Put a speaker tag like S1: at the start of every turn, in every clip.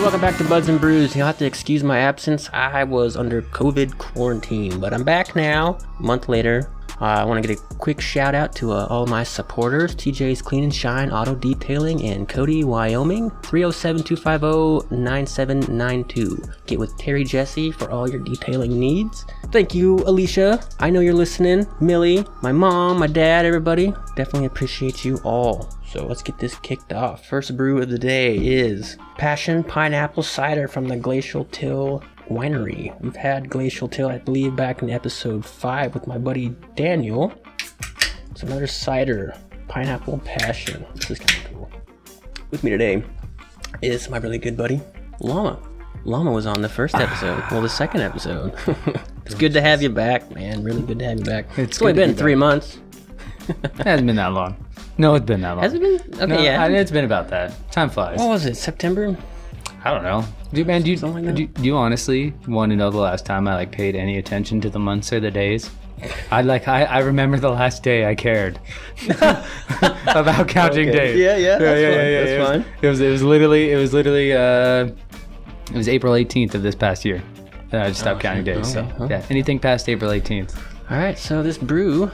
S1: welcome back to Buds and Brews. You'll have to excuse my absence. I was under COVID quarantine, but I'm back now, a month later. Uh, I want to get a quick shout out to uh, all my supporters TJ's Clean and Shine Auto Detailing and Cody, Wyoming, 307 250 9792. Get with Terry Jesse for all your detailing needs. Thank you, Alicia. I know you're listening. Millie, my mom, my dad, everybody. Definitely appreciate you all. So let's get this kicked off. First brew of the day is Passion Pineapple Cider from the Glacial Till Winery. We've had Glacial Till, I believe, back in episode 5 with my buddy Daniel. It's another cider, Pineapple Passion. This is kind of cool. With me today is my really good buddy, Llama. Llama was on the first episode, well, the second episode. it's good to have you back, man. Really good to have you back. It's, only
S2: good to
S1: been
S2: be
S1: three months.
S2: It hasn't been that long. No, it's been that long.
S1: Has it been? Okay,
S2: No,
S1: yeah.
S2: I- it's been about that. Time flies.
S1: what was it? September?
S2: I don't know. Dude, man, do you,
S1: Something like
S2: do, do you honestly want to know the last time I like paid any attention to the months or the days? I like I, I remember the last day I cared about counting
S1: Okay.
S2: days.
S1: Yeah, yeah, that's fine, that's
S2: it was-
S1: fine.
S2: It was, it was literally it was literally uh, it was April 18th of this past year. that I just stopped counting
S1: Oh, shit.
S2: days.
S1: Okay,
S2: So
S1: huh.
S2: yeah, anything past April 18th.
S1: All right, so this brew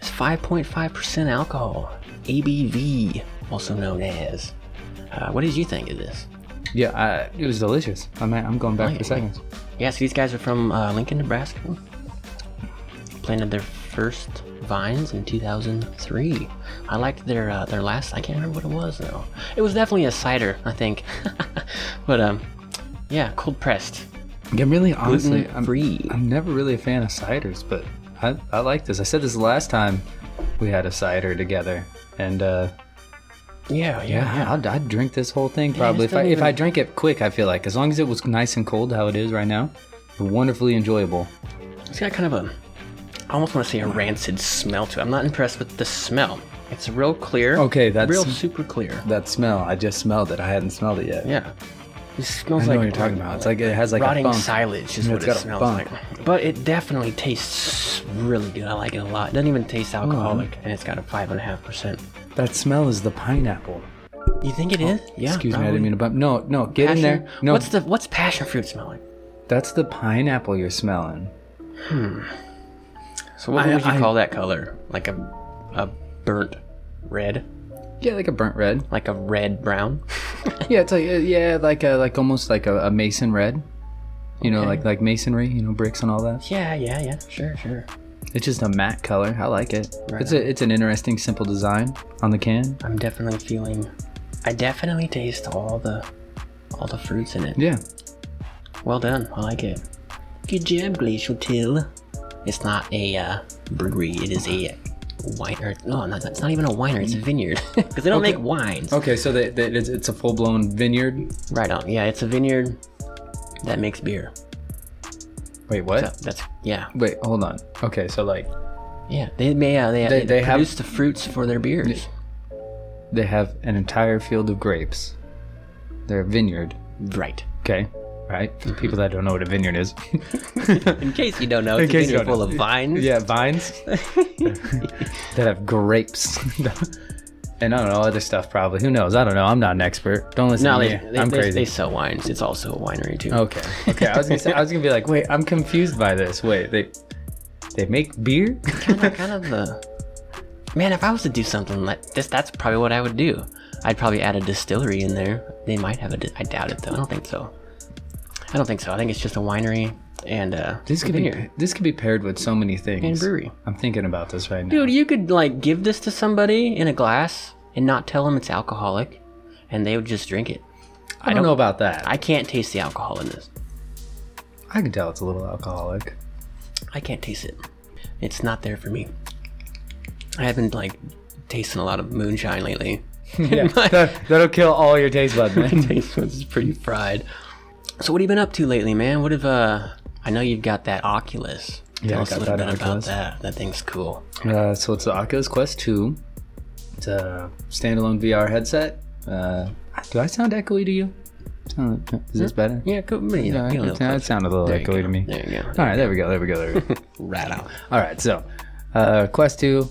S1: is 5.5% alcohol, ABV, also known as. Uh, what did you think of this?
S2: Yeah, I, it was delicious. I'm I'm going back
S1: yeah.
S2: for seconds.
S1: Yeah, so these guys are from uh, Lincoln, Nebraska. Planted their first vines in 2003. I liked their uh, their last. I can't remember what it was though. It was definitely a cider, I think. but um, yeah, cold pressed,
S2: Yeah, I'm really honestly,
S1: gluten
S2: I'm,
S1: free.
S2: I'm never really a fan of ciders, but I, I like this. I said this last time we had a cider together, and uh,
S1: Yeah, yeah.
S2: yeah, I'd, I'd drink this whole thing probably if
S1: still
S2: I if I
S1: even-
S2: drink it quick. I feel like as long as it was nice and cold, how it is right now, wonderfully enjoyable.
S1: It's got kind of a, I almost want to say a rancid smell to it. I'm not impressed with the smell. It's real clear.
S2: Okay, that's-
S1: real super clear.
S2: That smell, I just smelled it. I hadn't smelled it yet.
S1: Yeah, it smells
S2: I know
S1: like
S2: what you're talking about. It's like it has like
S1: rotting
S2: a funk.
S1: silage is
S2: Yeah,
S1: what
S2: it's
S1: it
S2: got a
S1: smells
S2: funk.
S1: like. But it definitely tastes really good. I like it a lot. It doesn't even taste
S2: Oh,
S1: alcoholic, and it's got a five and a half percent.
S2: That smell is the pineapple.
S1: You think it is? yeah.
S2: Oh, Excuse me, I
S1: probably.
S2: didn't mean to bump. No, no, get
S1: Passion-
S2: in there. No,
S1: What's the what's passion fruit smell like?
S2: that's the pineapple you're smelling.
S1: Hmm. So what
S2: I-
S1: would you
S2: I-
S1: call that color? Like a a burnt red,
S2: Yeah, like a burnt red.
S1: like a red brown.
S2: Yeah, it's like uh, yeah, like a, like almost like a, a mason red. You know,
S1: Okay.
S2: like like masonry, you know, bricks and all that.
S1: Yeah, yeah, yeah. Sure, sure.
S2: It's just a matte color. I like it.
S1: Right
S2: it's a, it's an interesting simple design on the can.
S1: I'm definitely feeling. I definitely taste all the all the fruits in it.
S2: Yeah.
S1: Well done. I like it. Good job, Glacial Till. It's not a uh, brewery. It is a wine. Or, no, not, it's not even a winery. It's a vineyard because they don't
S2: Okay.
S1: make wines.
S2: Okay, so that that it's, it's a full blown vineyard.
S1: Right on. Yeah, it's a vineyard that makes beer.
S2: Wait,
S1: So
S2: what?
S1: that's yeah,
S2: Wait, hold on. Okay, so like
S1: yeah. They may uh, they,
S2: They-
S1: they,
S2: they have-
S1: produce the fruits for their beers.
S2: they have an entire field of grapes. They're a vineyard.
S1: Right.
S2: Okay. Right? For the people that don't know what a vineyard is.
S1: In case you don't know, it's a
S2: case you
S1: vineyard
S2: don't
S1: full of vines.
S2: Yeah, vines that have grapes. and I don't know other stuff probably. Who knows? I don't know. I'm not an expert. Don't listen
S1: No,
S2: to
S1: they,
S2: me.
S1: they,
S2: I'm
S1: they,
S2: crazy.
S1: they sell wines. It's also a winery too.
S2: okay. Okay. I was gonna say, I was gonna be like, wait, I'm confused by this. Wait, they they make beer?
S1: kind of the man. If I was to do something like this, that's probably what I would do. I'd probably add a distillery in there. They might have a. di- I doubt it though. I don't think so. I don't think so. I think it's just a winery and uh,
S2: this
S1: a
S2: could be
S1: vineyard
S2: this could be paired with so many
S1: and
S2: things.
S1: brewery.
S2: I'm thinking about this right now.
S1: Dude, you could like give this to somebody in a glass and not tell them it's alcoholic, and they would just drink it.
S2: I, don't know about that. I,
S1: I can't taste the alcohol in this.
S2: can tell it's a little alcoholic.
S1: I can't taste it. It's not there for me. I haven't like tasting a lot of moonshine lately.
S2: yeah, that, that'll kill all your taste buds, man.
S1: taste buds is pretty fried. So what have you been up to lately, man? What have uh? I know you've got that Oculus.
S2: Yeah,
S1: Tell
S2: I
S1: us a
S2: got
S1: little
S2: that
S1: bit about
S2: Oculus.
S1: that. That thing's cool.
S2: Uh, so it's the Oculus Quest 2. It's a standalone VR headset. Uh, do I sound echoey to you? Sound- Is this better?
S1: Yeah, cool.
S2: Yeah, it, sound- it sounded a little
S1: There you
S2: echoey
S1: go.
S2: to me.
S1: There you go.
S2: All right, there we go. There we go. There we go.
S1: Right out.
S2: All right, so uh, Quest 2,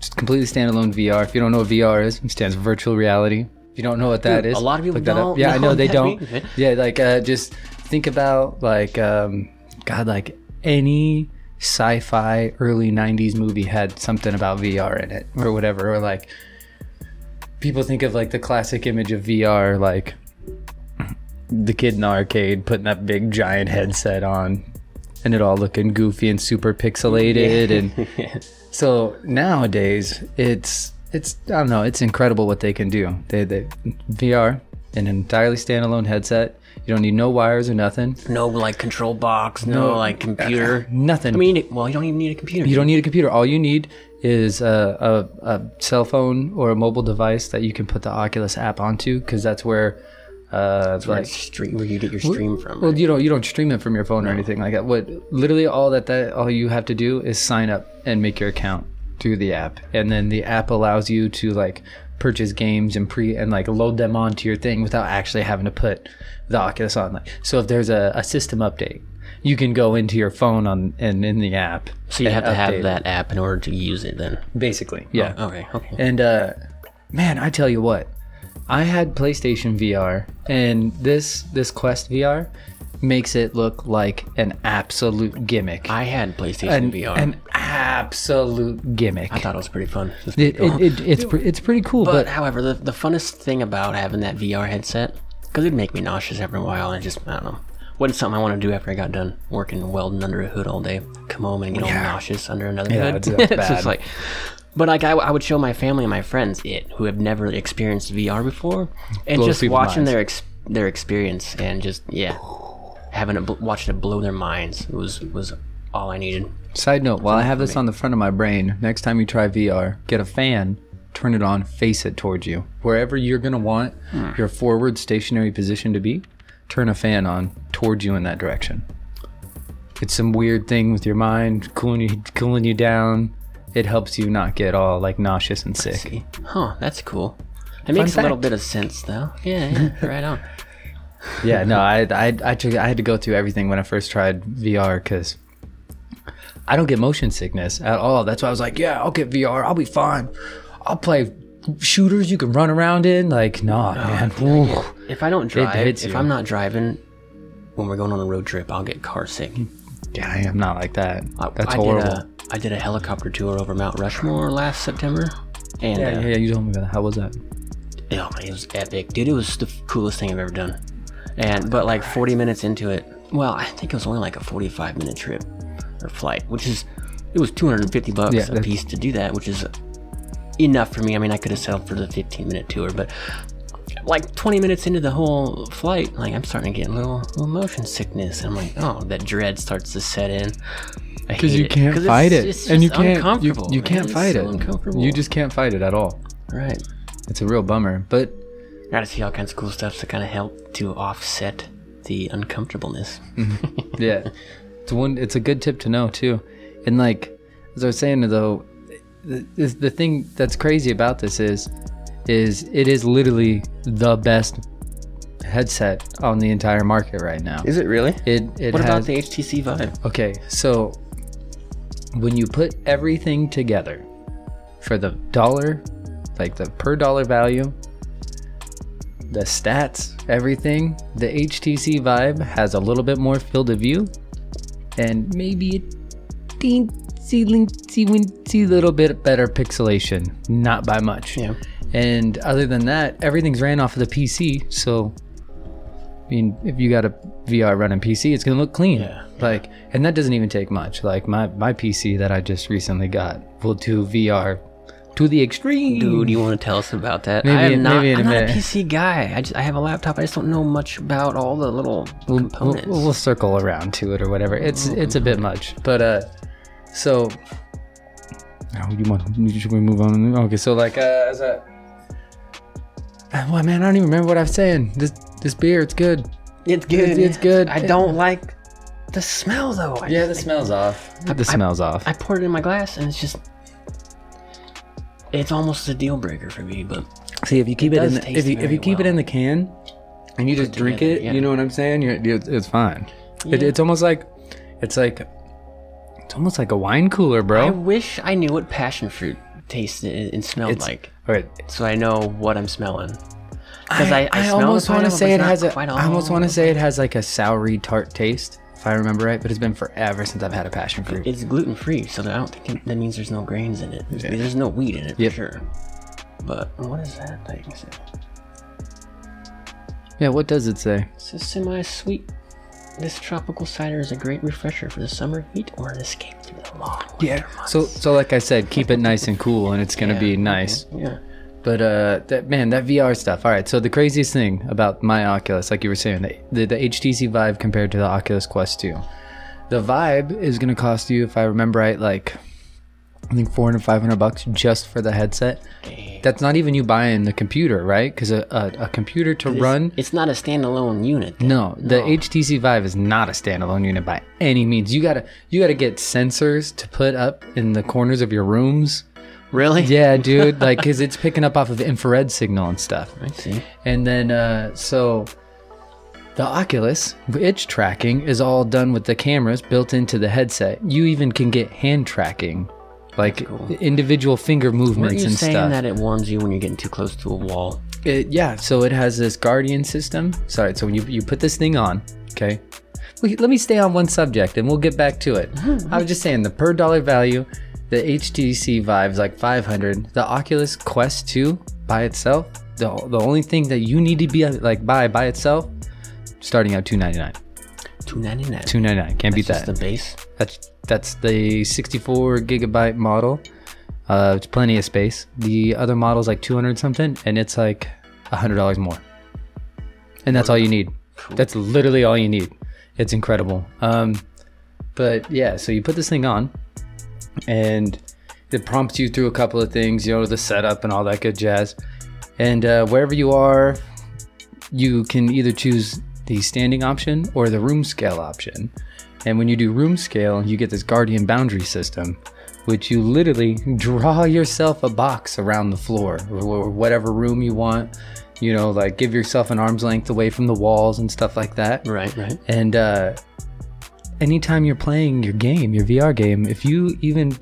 S2: just completely standalone VR. If you don't know what VR is, it stands for virtual reality. If you don't know what that
S1: Dude,
S2: is,
S1: a lot of people
S2: look that up.
S1: don't
S2: Yeah, I
S1: know
S2: know they
S1: that
S2: don't.
S1: means, man.
S2: Yeah, like uh, just think about like um, God, like any sci-fi early '90s movie had something about VR in it or whatever, or like people think of like the classic image of VR, like the kid in the arcade putting that big giant headset on and it all looking goofy and super pixelated and so nowadays it's it's i don't know it's incredible what they can do they, they vr an entirely standalone headset you don't need no wires or nothing
S1: No like control box, no,
S2: No.
S1: like computer.
S2: nothing
S1: I mean, it- well, you don't even need a computer.
S2: you don't need a computer all you need is a, a, a cell phone or a mobile device that you can put the oculus app onto because that's where uh, like,
S1: like stream where you get your stream from.
S2: Well, you don't you don't stream it from your phone or anything like that. What literally all that that all you have to do is sign up and make your account through the app, and then the app allows you to like purchase games and pre and like load them onto your thing without actually having to put the Oculus on. Like, so if there's a, a system update, you can go into your phone on and in the app.
S1: so you have
S2: and
S1: to
S2: update
S1: have
S2: it.
S1: that Oh, app in order to use it. Then
S2: basically, yeah.
S1: okay, okay.
S2: And uh, man, I tell you what, I had PlayStation VR, and this this Quest VR makes it look like an absolute gimmick.
S1: I had PlayStation
S2: an,
S1: VR.
S2: an absolute gimmick.
S1: I thought it was pretty fun. It was
S2: It,
S1: pretty cool.
S2: it, it, it's pre- it's pretty cool,
S1: but
S2: but,
S1: however, the, the funnest thing about having that VR headset, because it'd make me nauseous every while, and just I don't know, wasn't something I want to do after I got done working welding under a hood all day. Come home and get all nauseous under another
S2: Yeah,
S1: hood.
S2: it's- that's
S1: it's
S2: bad.
S1: just like, but like I, I would show my family and my friends it who have never experienced VR before, and
S2: Blows
S1: just
S2: people's
S1: watching
S2: minds.
S1: their ex, their experience and just yeah, having it bl- watching it blow their minds was was all I needed.
S2: side note, while I have this on the front of my brain, next time you try VR, get a fan, turn it on, face it towards you. Wherever you're gonna want your forward stationary position to be, turn a fan on towards you in that direction. It's some weird thing with your mind, cooling you cooling you down. It helps you not get all like nauseous and sick.
S1: Huh, that's cool. It makes a little
S2: fact.
S1: bit of sense though. Yeah, yeah, right on.
S2: yeah no I, I i took i had to go through everything when i first tried vr because i don't get motion sickness at all that's why i was like yeah i'll get vr i'll be fine i'll play shooters you can run around in like
S1: Oh,
S2: nah man Ooh.
S1: If I don't drive,
S2: hits
S1: if
S2: you.
S1: I'm not driving, when we're going on a road trip, I'll get car sick.
S2: yeah i am not like that
S1: I,
S2: Mm-hmm. that's
S1: I
S2: horrible
S1: Did uh, a, I did a helicopter tour over Mount Rushmore last September, and
S2: yeah,
S1: uh,
S2: yeah, yeah, you told me about that. How was that?
S1: Oh, man, it was epic, dude. It was the coolest thing I've ever done. And but like 40 minutes into it, well, I think it was only like a 45 minute trip or flight, which is it was 250 bucks
S2: Yeah,
S1: a
S2: that's-
S1: piece to do that, which is enough for me. I mean, I could have settled for the 15 minute tour, but like 20 minutes into the whole flight, like I'm starting to get a little, little motion sickness. I'm like, oh, that dread starts to set in. Because uncomfortable. man. It's so Uncomfortable.
S2: You just can't fight it at all.
S1: right.
S2: It's a real bummer. But
S1: Got to see all kinds of cool stuff to kind of help to offset the uncomfortableness.
S2: yeah it's one it's a good tip to know too and like as i was saying though the, the- the thing that's crazy about this is is it is literally the best headset on the entire market right now
S1: Is it really?
S2: it it
S1: What
S2: has,
S1: about the HTC Vive?
S2: Okay, so when you put everything together for the dollar, like the per dollar value, the stats, everything, the HTC Vibe has a little bit more field of view and maybe a teensy, linksy, wincy little bit better pixelation. Not by much.
S1: Yeah.
S2: And other than that, everything's ran off of the PC, so I mean, if you got a VR running PC, it's gonna look clean.
S1: Yeah.
S2: Like, and that doesn't even take much. Like my my PC that I just recently got will do VR to the extreme.
S1: Dude, you want to tell us about that? I
S2: Maybe-
S1: am not,
S2: maybe in a
S1: I'm not a
S2: minute.
S1: PC guy. I, just, I have a laptop. I just don't know much about all the little
S2: we'll,
S1: components.
S2: we'll circle around to it or whatever. It's it's a bit much, but uh, so. Oh, you want? Should we move on? Okay, so like, uh, as a, uh, well, man, I don't even remember what I'm saying. This this beer, it's good.
S1: it's good.
S2: it's- it's good.
S1: I don't like the smell though. I,
S2: the smells off. The smells off.
S1: I poured it in my glass and it's just. It's almost a deal breaker for me, but
S2: See, if you keep it,
S1: does
S2: in the,
S1: taste
S2: if you if
S1: very
S2: you keep it
S1: well.
S2: in the can, and you just drink
S1: together,
S2: it,
S1: yeah.
S2: you know what I'm saying? You're, you it's fine. It,
S1: Yeah.
S2: it's almost like, it's like, it's almost like a wine cooler,
S1: I
S2: bro.
S1: wish I knew what passion fruit tasted and- and smelled like.
S2: All right,
S1: so I know what I'm smelling. Because I, I, smell the
S2: almost want to
S1: pineapple,
S2: say
S1: but it's
S2: it has.
S1: not
S2: A,
S1: quite
S2: I almost
S1: all-
S2: want to say it has like a soury tart taste, if I remember right. But it's been forever since I've had a passion fruit.
S1: It's gluten free, so I don't think it, that means there's no grains in it. There's, there's no wheat in it
S2: Yep.
S1: for sure. But what is that thing? Is it-
S2: yeah, what does it say?
S1: It says semi-sweet. This tropical cider is a great refresher for the summer heat or an escape through the long winter months.
S2: So, so like I said, keep it nice and cool, and it's gonna
S1: Yeah,
S2: be nice.
S1: Yeah.
S2: But uh, that man, that VR stuff. All right. So the craziest thing about my Oculus, like you were saying, the the, the HTC Vive compared to the Oculus Quest Two, the Vibe is gonna cost you, if I remember right, like I think 400, 500 bucks just for the headset. That's not even you buying the computer, right? Because a, a, a computer to run.
S1: It's not a standalone unit. though.
S2: No, the HTC Vive is not a standalone unit by any means. You gotta you gotta get sensors to put up in the corners of your rooms.
S1: Really?
S2: Yeah, dude. like, cause it's picking up off of infrared signal and stuff.
S1: I see.
S2: And then, uh, so the Oculus itch tracking is all done with the cameras built into the headset. You even can get hand tracking, like individual finger
S1: Were
S2: movements
S1: you
S2: and
S1: saying
S2: stuff.
S1: that it warms you when you're getting too close to a wall?
S2: It, yeah, so it has this guardian system. Sorry, so when you, you put this thing on, okay? We, let me stay on one subject and we'll get back to it. I was just saying the per dollar value, the HTC Vive is like 500. The Oculus Quest 2 by itself, the, the only thing that you need to be like buy by itself, starting out 299.
S1: Two ninety nine.
S2: 299, can't beat
S1: Just
S2: that.
S1: the base.
S2: That's that's the 64 gigabyte model. Uh, it's plenty of space. The other model's like 200 something, and it's like hundred dollars more. And that's all you need. That's literally all you need. It's incredible. Um, but yeah, so you put this thing on, and it prompts you through a couple of things, you know, the setup and all that good jazz. And uh, wherever you are, you can either choose the standing option or the room scale option. And when you do room scale, you get this guardian boundary system, which you literally draw yourself a box around the floor or wh- whatever room you want. You know, like give yourself an arm's length away from the walls and stuff like that.
S1: Right. Right.
S2: And uh, anytime you're playing your game, your VR game, if you even,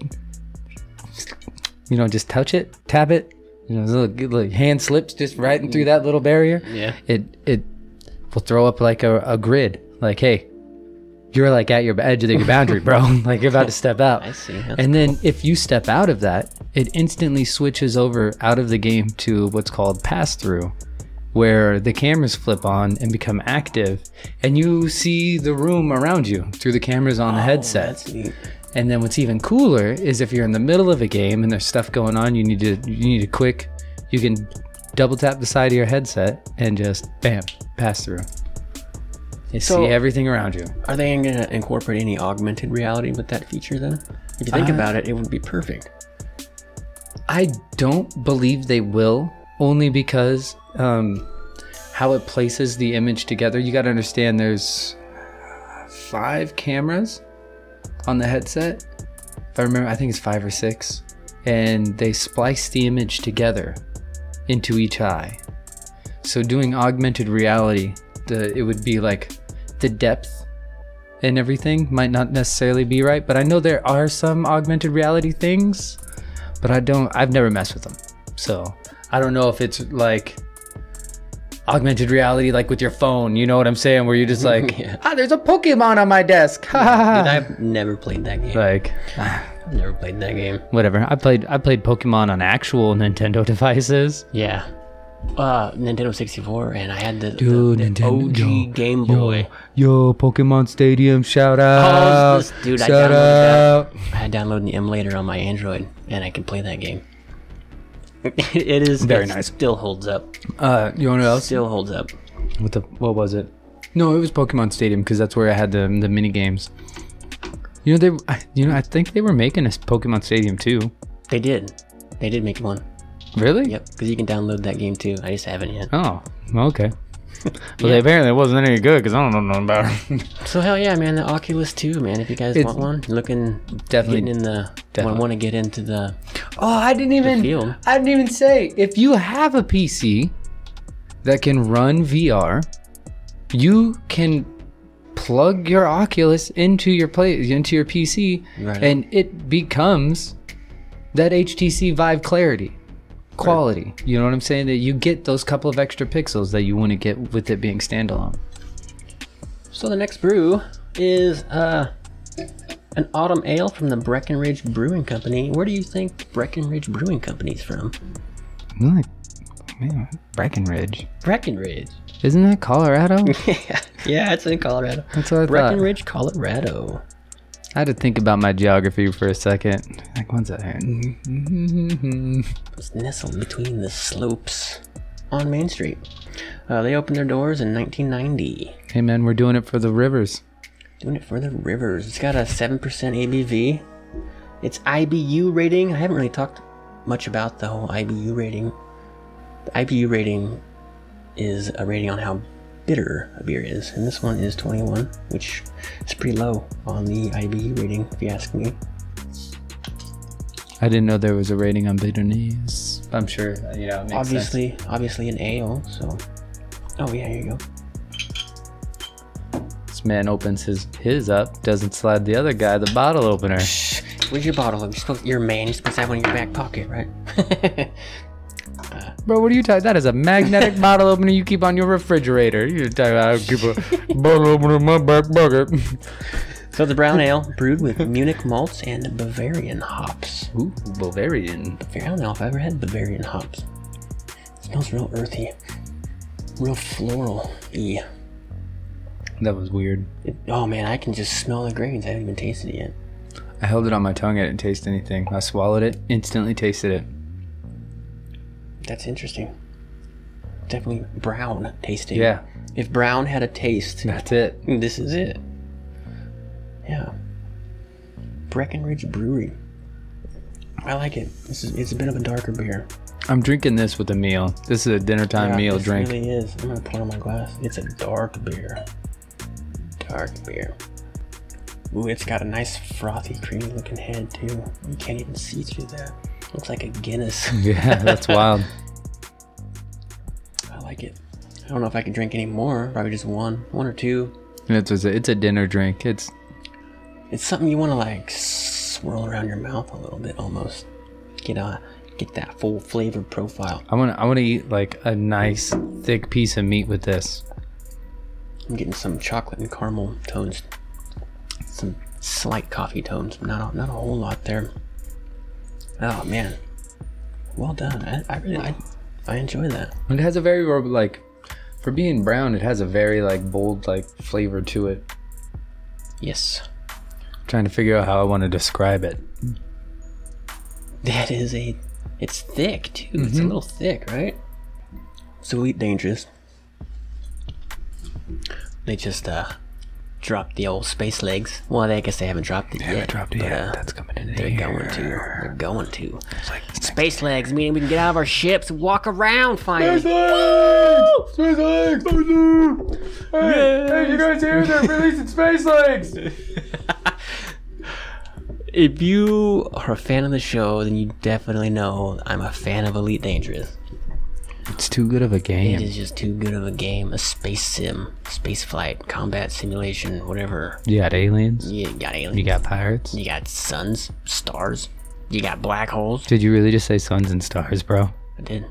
S2: you know, just touch it, tap it, you know, the little, good little hand slips just right in through that little barrier.
S1: Yeah.
S2: It it will throw up like a, a grid, like hey, you're like at your edge of your boundary, bro. like you're about to step out.
S1: I see. That's
S2: And then if you step out of that, it instantly switches over out of the game to what's called pass through, where the cameras flip on and become active, and you see the room around you through the cameras on the headset.
S1: Oh, That's neat.
S2: And then what's even cooler is if you're in the middle of a game and there's stuff going on, you need to you need to quick, you can double tap the side of your headset and just bam, pass through. You
S1: So-
S2: see everything around you.
S1: Are they going to incorporate any augmented reality with that feature then? If you think
S2: Uh,
S1: about it, it would be perfect.
S2: I don't believe they will, only because um, how it places the image together. You got to understand there's five cameras on the headset. If I remember, I think it's five or six. And they splice the image together into each eye. So doing augmented reality, the it would be like the depth and everything might not necessarily be right, but I know there are some augmented reality things but I don't. I've never messed with them, so I don't know if it's like augmented reality, like with your phone. You know what I'm saying? Where you're just like,
S1: Yeah.
S2: ah, there's a Pokemon on my desk. Ha, ha, ha.
S1: Dude, I've never played that game.
S2: like
S1: I've never played that game.
S2: whatever. I played. I played Pokemon on actual Nintendo devices.
S1: Yeah. Uh, Nintendo 64, and I had the, the-
S2: Dude,
S1: the
S2: Nintendo-
S1: OG
S2: yo,
S1: Game Boy.
S2: Yo, Pokemon Stadium, shout out!
S1: this- dude, I
S2: shout
S1: downloaded
S2: out!
S1: I had downloaded the emulator on my Android, and I could play that game. it is
S2: Very
S1: it
S2: nice.
S1: Still holds up.
S2: Uh, you want to else?
S1: Still holds up.
S2: What the? What was it? No, it was Pokemon Stadium because that's where I had the the mini games. You know they, I, you know I think they were making a Pokemon Stadium too.
S1: They did. They did make one.
S2: Really?
S1: Yep, because you can download that game too. I just haven't yet.
S2: Oh, okay. Well, they apparently it wasn't any good because I don't know nothing about it.
S1: So hell yeah, man, the Oculus too, man. If you guys
S2: It's-
S1: want one, looking
S2: Definitely-
S1: getting in the
S2: definitely.
S1: want to get into the
S2: oh, I didn't
S1: field.
S2: even. I didn't even say if you have a PC that can run VR, you can plug your Oculus into your play into your PC,
S1: Right.
S2: and it becomes that HTC Vive Clarity. quality. You know what I'm saying? That you get those couple of extra pixels that you wouldn't get with it being standalone.
S1: So the next brew is uh, an autumn ale from the Breckenridge Brewing Company. Where do you think Breckenridge Brewing Company's from?
S2: I'm like, man, Breckenridge.
S1: Breckenridge.
S2: Isn't that Colorado?
S1: yeah, yeah, it's in Colorado.
S2: That's what I thought.
S1: Breckenridge, Colorado.
S2: I had to think about my geography for a second. Like, what's that?
S1: It's nestled between the slopes on Main Street. Uh, they opened their doors in 1990.
S2: hey, man, we're doing it for the rivers.
S1: Doing it for the rivers. It's got a 7% ABV. It's IBU rating. I haven't really talked much about the whole IBU rating. The IBU rating is a rating on how bitter a beer is, and this one is 21, which is pretty low on the IBU rating, if you ask me.
S2: I didn't know there was a rating on bitterness. I'm sure, you know, it makes sense.
S1: obviously, obviously an ale. So, oh yeah, here you go.
S2: This man opens his his up, doesn't slide the other guy the bottle opener.
S1: Where's your bottle? You're supposed, you're a man. You're supposed to have one in your back pocket, right?
S2: Bro, what are you talking? That is a magnetic bottle opener you keep on your refrigerator. You're talking about I keep a bottle opener in my back pocket.
S1: so the brown ale, brewed with Munich malts and Bavarian hops.
S2: Ooh, Bavarian.
S1: I don't know if I ever had Bavarian hops. It smells real earthy, real floral. Yeah.
S2: That was weird.
S1: Oh man, I can just smell the grains. I haven't even tasted it yet.
S2: I held it on my tongue. I didn't taste anything. I swallowed it. Instantly tasted it.
S1: That's interesting. Definitely brown tasting.
S2: Yeah,
S1: If brown had a taste,
S2: that's it.
S1: This is it. Yeah. Breckenridge Brewery. I like it. This is it's a bit of a darker beer.
S2: I'm drinking this with a meal. This is a dinner time
S1: Yeah,
S2: meal
S1: this
S2: drink.
S1: really is. I'm gonna pour it in my glass. It's a dark beer. Dark beer. Ooh, it's got a nice frothy, creamy looking head too. You can't even see through that. Looks like a Guinness.
S2: Yeah, that's wild.
S1: I like it. I don't know if I could drink any more. Probably just one, one or two.
S2: And it's it's a, it's a dinner drink. It's
S1: It's something you want to like swirl around your mouth a little bit almost. Get uh get that full flavor profile.
S2: I want to I want to eat like a nice thick piece of meat with this.
S1: I'm getting some chocolate and caramel tones. Some slight coffee tones, but not a, not a whole lot there. Oh man. Well done. I, I really I, I enjoy that.
S2: It has a very ro- like for being brown, it has a very like bold like flavor to it.
S1: Yes.
S2: trying to figure out how I want to describe it.
S1: That is a it's thick too. It's a little thick, right? Sweet dangerous. They just uh dropped the old space legs. Well, I guess they haven't dropped it yet. but, uh,
S2: coming in
S1: They're going to. They're going to. Space legs, meaning we can get out of our ships and walk around finally.
S2: legs! Space legs! Hey, hey, you guys hear? They're releasing space legs!
S1: If you are a fan of the show, then you definitely know I'm a fan of Elite Dangerous.
S2: It's too good of a
S1: It
S2: game.
S1: is just too good of a game. A space sim, space flight, combat simulation, whatever.
S2: You got aliens.
S1: You got aliens.
S2: You got pirates.
S1: you got suns, stars. You got black holes.
S2: Did you really just say suns and stars, bro?
S1: I did.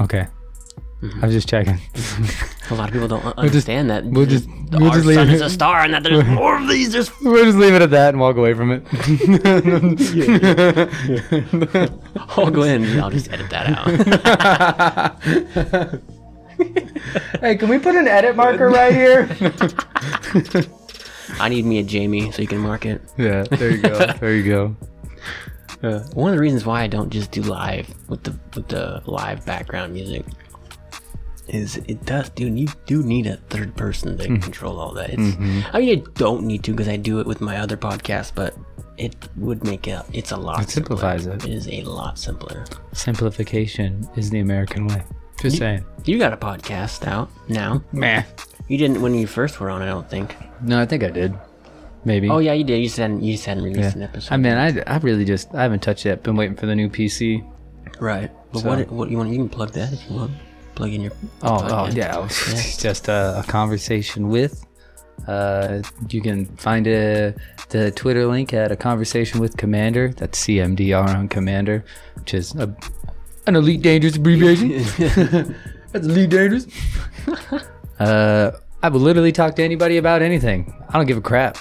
S2: Okay. I was just checking.
S1: A lot of people don't understand that.
S2: we'll just-
S1: the-
S2: we'll
S1: our
S2: just leave
S1: sun
S2: it-
S1: is a star, and that there's more of these. There's
S2: we'll just leave it at that and walk away from it.
S1: I'll go in. I'll just edit that out.
S2: hey, can we put an edit marker right here?
S1: I need me a Jamie so you can mark it.
S2: yeah, there you go. There you go.
S1: One of the reasons why I don't just do live with the with the live background music is it does, dude. You do need a third person to
S2: Mm-hmm.
S1: control all that. It's I mean, I don't need to because I do it with my other podcast, but it would make it. It's a lot.
S2: It simplifies it.
S1: It is a lot simpler.
S2: Simplification is the American way. Just saying.
S1: You got a podcast out now.
S2: Meh.
S1: You didn't when you first were on. I don't think.
S2: No, I think I did. Maybe.
S1: Oh yeah, you did. You just hadn't. You just hadn't released an episode.
S2: I mean, I, I really just I haven't touched it. Been waiting for the new PC.
S1: Right. But what what you want you can plug that if you want. Plug in your
S2: Oh, oh
S1: podcast.
S2: yeah, it's just uh, a, a conversation with. Uh, you can find uh the Twitter link at a conversation with Commander. That's CMDR on Commander, which is a an elite dangerous abbreviation. That's elite dangerous. uh, I would literally talk to anybody about anything. I don't give a crap.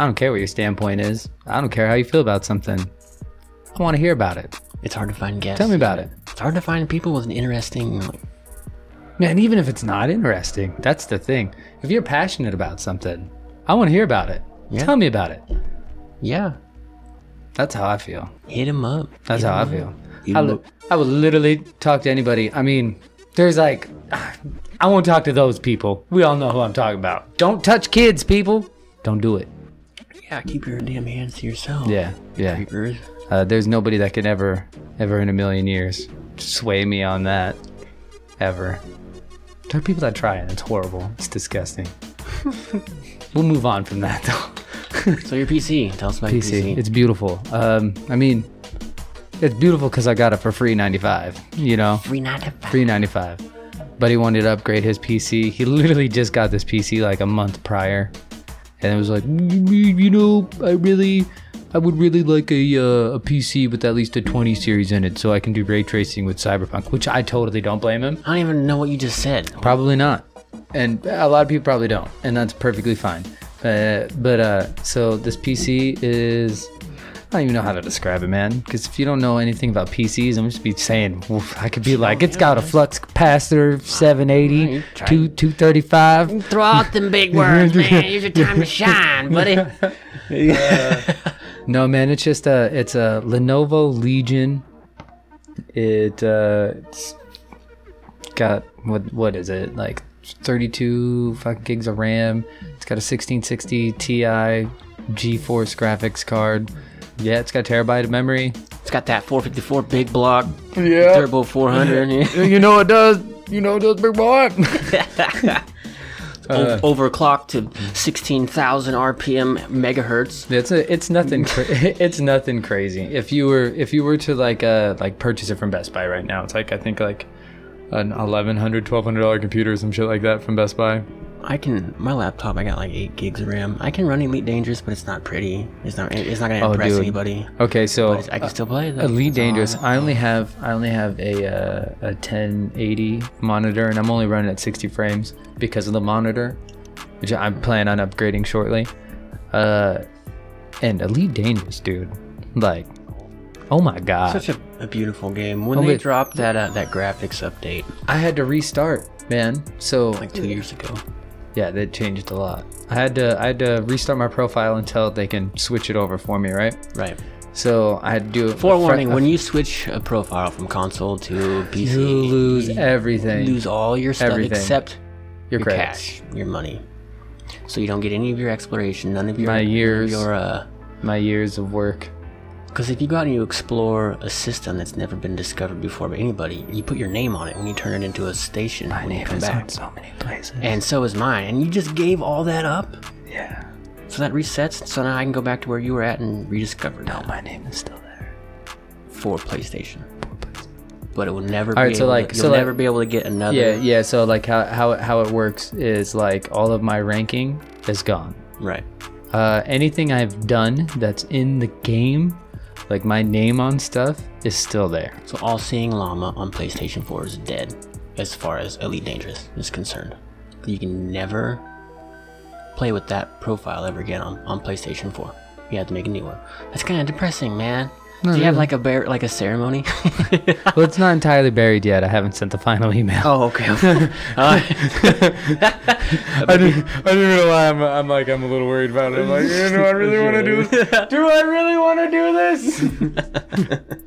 S2: I don't care what your standpoint is. I don't care how you feel about something. I want to hear about it.
S1: It's hard to find guests.
S2: Tell me about it.
S1: It's hard to find people with an interesting. Like,
S2: Man, even if it's not interesting, that's the thing. If you're passionate about something, I want to hear about it.
S1: Yeah.
S2: Tell me about it.
S1: yeah,
S2: That's how I feel.
S1: hit him up.
S2: That's
S1: Hit
S2: how I
S1: 'em
S2: feel.
S1: You
S2: I,
S1: look-
S2: li- I would literally talk to anybody. I mean, there's like, I won't talk to those people. We all know who I'm talking about. Don't touch kids, people. Don't do it.
S1: up. Yeah, keep your damn hands to yourself.
S2: Yeah, yeah.
S1: Creepers.
S2: Uh, there's nobody that could ever, ever in a million years sway me on that. Ever. There are people that try and it's horrible. It's disgusting. we'll move on from that though.
S1: So your PC. Tell us about your
S2: PC.
S1: PC.
S2: It's beautiful. Um, I mean, it's beautiful because I got it for free 95. You know,
S1: free not to find.
S2: free 95. But he wanted to upgrade his PC. He literally just got this PC like a month prior, and it was like, you know, I really, I would really like a uh, a PC with at least a 20 series in it, so I can do ray tracing with Cyberpunk, which I totally don't blame him.
S1: I don't even know what you just said.
S2: Probably not. And a lot of people probably don't, and that's perfectly fine. Uh, but uh, so this PC is. I don't even know how to describe it, man. Because if you don't know anything about PCs, I'm just be saying, oof, I could be like, it's got a flux capacitor 780,
S1: Right.
S2: two, 235.
S1: Throw out them big words, man. Here's your time to shine, buddy.
S2: No, man, it's just a, it's a Lenovo Legion. It, uh, it's got, what, what is it? Like 32 fucking gigs of RAM. It's got a 1660 Ti GeForce graphics card. Yeah, it's got a terabyte of memory.
S1: It's got that 454 big block,
S2: Yeah.
S1: turbo 400, yeah.
S2: you know it does. You know it does, big boy. Uh.
S1: o- overclocked to 16,000 RPM megahertz.
S2: it's a, it's nothing. Cra- it's nothing crazy. If you were, if you were to like, uh, like purchase it from Best Buy right now, it's like I think like an 1100 1200 dollar computer or some shit like that from Best Buy.
S1: I can my laptop. I got like eight gigs of RAM. I can run Elite Dangerous, but it's not pretty. It's not. It's not gonna impress
S2: Oh, dude.
S1: anybody.
S2: Okay, so
S1: I can still play it. though.
S2: Elite
S1: That's all I-
S2: Dangerous. I only have I only have a uh, a 1080 monitor, and I'm only running at 60 frames because of the monitor, which I'm planning on upgrading shortly. Uh, and Elite Dangerous, dude, like, oh my god,
S1: Such a, a beautiful game. When
S2: Oh,
S1: they
S2: wait.
S1: dropped that uh, that graphics update
S2: I had to restart, man. So
S1: like two years ago,
S2: yeah, that changed a lot. I had to I had to restart my profile until they can switch it over for me, right?
S1: right?
S2: So I had to do a fre-
S1: Forewarning:
S2: a-
S1: When you switch a profile from console to PC,
S2: you lose everything.
S1: lose all your stuff
S2: Everything.
S1: except
S2: your
S1: your
S2: credits.
S1: cash, your money. So you don't get any of your exploration, none of your
S2: My
S1: none of
S2: years.
S1: your uh.
S2: my years of work.
S1: Because if you go out and you explore a system that's never been discovered before by anybody, you put your name on it when you turn it into a station when you come back.
S2: so many places.
S1: And so is mine. And you just gave all that up.
S2: yeah.
S1: So that resets. So now I can go back to where you were at and rediscover that
S2: My name is still there.
S1: for PlayStation. But it will never be
S2: right, so
S1: able
S2: like-
S1: to,
S2: so
S1: you'll
S2: like-
S1: never be able to get another
S2: Yeah, yeah. So like how how it, how it works is like all of my ranking is gone.
S1: right.
S2: Uh, anything I've done that's in the game, like my name on stuff, is still there.
S1: So all seeing llama on PlayStation 4 is dead as far as Elite Dangerous is concerned. You can never play with that profile ever again on, on PlayStation 4. You have to make a new one. That's kind of depressing, man. Do you have like a bear, like a ceremony?
S2: well, it's not entirely buried yet. I haven't sent the final email.
S1: oh, okay.
S2: I didn't, I didn't know why I'm, I'm like I'm a little worried about it. I'm like, do I really want to do this? Do I really want to do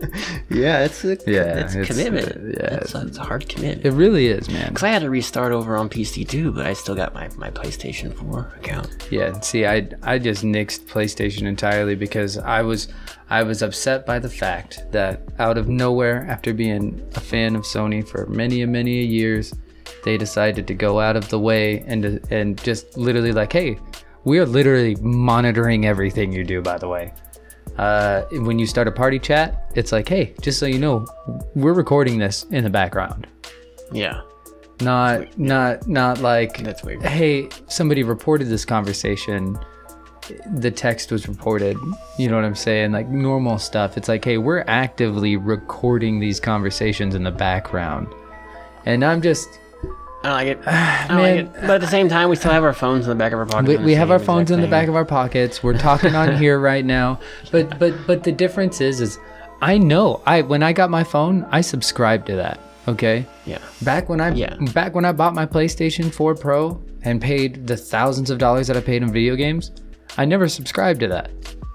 S2: this?
S1: yeah, it's a,
S2: Yeah,
S1: it's,
S2: it's- uh,
S1: commitment.
S2: yeah,
S1: Yeah, it's, a, it's a hard commitment.
S2: It really is, man.
S1: Cause I had to restart over on PC too, but I still got my, my PlayStation 4 account.
S2: Yeah, see, I I just nixed PlayStation entirely because I was I was upset by the fact that out of nowhere, after being a fan of Sony for many and many years, they decided to go out of the way and to- and just literally like, hey, we are literally monitoring everything you do. By the way, uh, when you start a party chat, it's like, hey, just so you know, we're recording this in the background
S1: Yeah,
S2: not not not like
S1: That's weird.
S2: hey somebody reported this conversation the text was reported. You know what I'm saying? Like normal stuff. It's like, hey, we're actively recording these conversations in the background. And I'm just,
S1: I don't like it. I don't like
S2: Man.
S1: it. But at the same time, we still have our phones in the back of our pockets.
S2: we,
S1: doing
S2: we
S1: the
S2: have
S1: same
S2: our phones in
S1: exact
S2: the back
S1: thing.
S2: of our pockets. We're talking on here right now. But, but, but the difference is, is I know I, when I got my phone, I subscribed to that. Okay.
S1: Yeah.
S2: Back when I
S1: Yeah.
S2: back when I bought my PlayStation 4 Pro and paid the thousands of dollars that I paid in video games, I never subscribed to that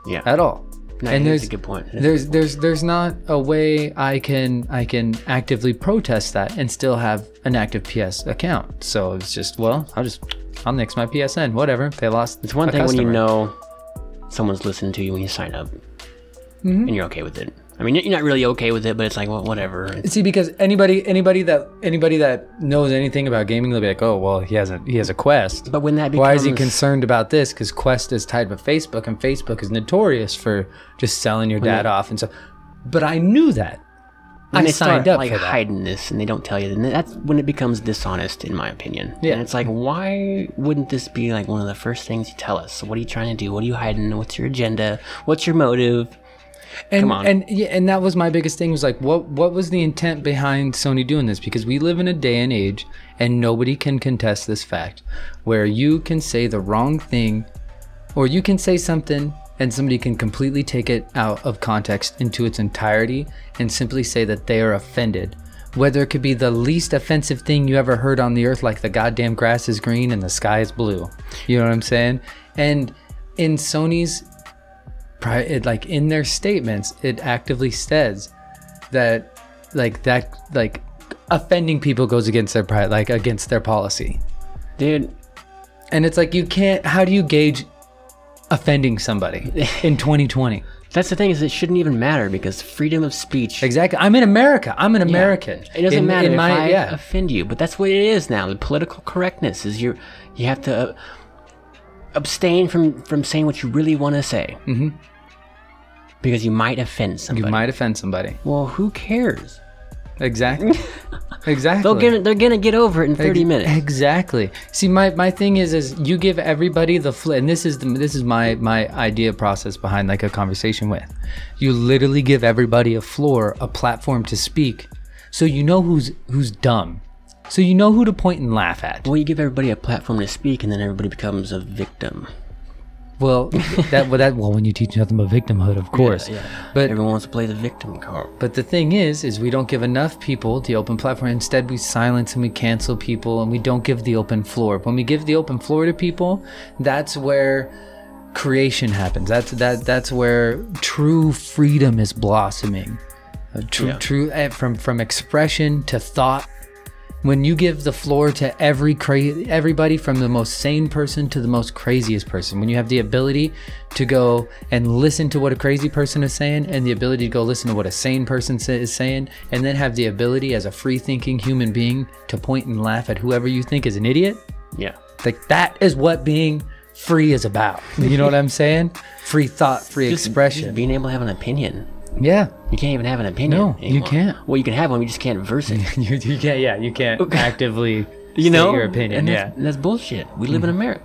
S1: Yeah.
S2: at all.
S1: No, that's
S2: and there's
S1: a good point.
S2: there's there's there's not a way I can I can actively protest that and still have an active PS account. So it's just well, I'll just I'll nix my PSN, whatever. They lost.
S1: It's one
S2: a
S1: thing when you
S2: customer.
S1: know someone's listening to you when you sign up,
S2: Mm-hmm.
S1: and you're okay with it. I mean, you're not really okay with it, but it's like, well, whatever. It's-
S2: See, because anybody anybody that anybody that knows anything about gaming, they'll be like, oh well, he hasn't he has a Quest.
S1: But when that becomes
S2: Why is he concerned about this? Because Quest is tied with Facebook, and Facebook is notorious for just selling your data off and so. But I knew that.
S1: when
S2: I
S1: they
S2: signed
S1: start,
S2: up
S1: like
S2: for that.
S1: hiding this and they don't tell you, then that's when it becomes dishonest, in my opinion.
S2: Yeah.
S1: And it's like, why wouldn't this be like one of the first things you tell us? What are you trying to do? What are you hiding? What's your agenda? What's your motive?
S2: And,
S1: Come on.
S2: and yeah, and that was my biggest thing was like, what what was the intent behind Sony doing this? Because we live in a day and age, and nobody can contest this fact, where you can say the wrong thing, or you can say something, and somebody can completely take it out of context into its entirety, and simply say that they are offended. Whether it could be the least offensive thing you ever heard on the earth, like the goddamn grass is green and the sky is blue. You know what I'm saying? And in Sony's pri- it, like in their statements it actively says that like that like offending people goes against their pride like against their policy
S1: Dude,
S2: and it's like you can't how do you gauge offending somebody in 2020
S1: that's the thing is it shouldn't even matter because freedom of speech.
S2: exactly i'm in america i'm an
S1: Yeah.
S2: american
S1: It doesn't
S2: In-
S1: matter
S2: in
S1: if
S2: my-
S1: I
S2: yeah
S1: offend you, but that's what it is now. The political correctness is you you have to uh, abstain from from saying what you really want to say mm-hmm. because you might offend
S2: you
S1: somebody.
S2: might offend somebody
S1: Well, who cares?
S2: exactly exactly
S1: They'll get they're gonna get over it in thirty
S2: Ex-
S1: minutes.
S2: Exactly. See, my, my thing is is you give everybody the flip, and this is the, this is my my idea process behind like a conversation with. You literally give everybody a floor, a platform to speak, so you know who's who's dumb, so you know who to point and laugh at.
S1: Well, you give everybody a platform to speak, and then everybody becomes a victim.
S2: Well, that well, that well when you teach nothing but victimhood, of course. But
S1: Everyone wants to play the victim card.
S2: But the thing is, is we don't give enough people the open platform. Instead, we silence and we cancel people, and we don't give the open floor. When we give the open floor to people, that's where creation happens. That's that that's where true freedom is blossoming. Uh, True, true eh, from from expression to thought. When you give the floor to every cra- everybody from the most sane person to the most craziest person, when you have the ability to go and listen to what a crazy person is saying, and the ability to go listen to what a sane person sa- is saying, and then have the ability as a free thinking human being to point and laugh at whoever you think is an idiot,
S1: Yeah.
S2: like that is what being free is about. You know what I'm saying? Free thought, free
S1: Just-
S2: expression.
S1: Just being able to have an opinion.
S2: yeah.
S1: You can't even have an opinion.
S2: No, you
S1: anymore.
S2: can't.
S1: Well, you can have one, you just can't verse it.
S2: You, you can't. Yeah, you can't actively.
S1: You
S2: state
S1: know
S2: your opinion.
S1: And
S2: Yeah, Mm-hmm.
S1: that's, that's bullshit. We live in America.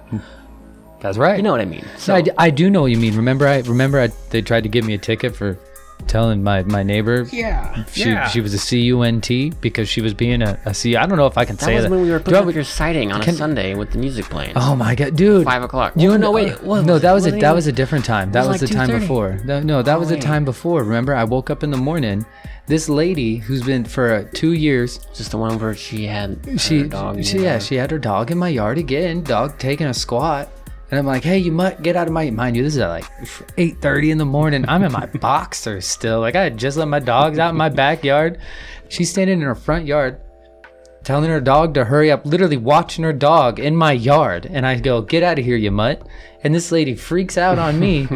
S2: that's right.
S1: You know what I mean? So
S2: I, d- I do know what you mean. Remember, I remember I, they tried to give me a ticket for telling my, my neighbor
S1: yeah,
S2: she she was a cunt because she was being a, a C. I don't know if I can
S1: That
S2: say
S1: was
S2: that.
S1: when we were
S2: Do
S1: putting
S2: I-
S1: up your sighting on
S2: Can-
S1: a Sunday with the music playing.
S2: Oh my god, dude!
S1: Five o'clock.
S2: You
S1: Oh,
S2: know,
S1: no, wait, it wasn't-
S2: no, that was a
S1: wasn't
S2: that
S1: even-
S2: was a different time. That
S1: was
S2: was
S1: like
S2: the time
S1: 2:30.
S2: before. No, no, that was the
S1: wait.
S2: time before. Remember, I woke up in the morning. This lady who's been for uh, two years
S1: Just the one where she had her
S2: she,
S1: dog. in
S2: she
S1: her-
S2: yeah, she had her dog in my yard again. Dog taking a squat, and I'm like, hey, you mutt, get out of my mind. You, this is at like 8:30 in the morning. I'm in my boxers still. Like I had just let my dogs out in my backyard. She's standing in her front yard, telling her dog to hurry up. Literally watching her dog in my yard, and I go, get out of here, you mutt. And this lady freaks out on me.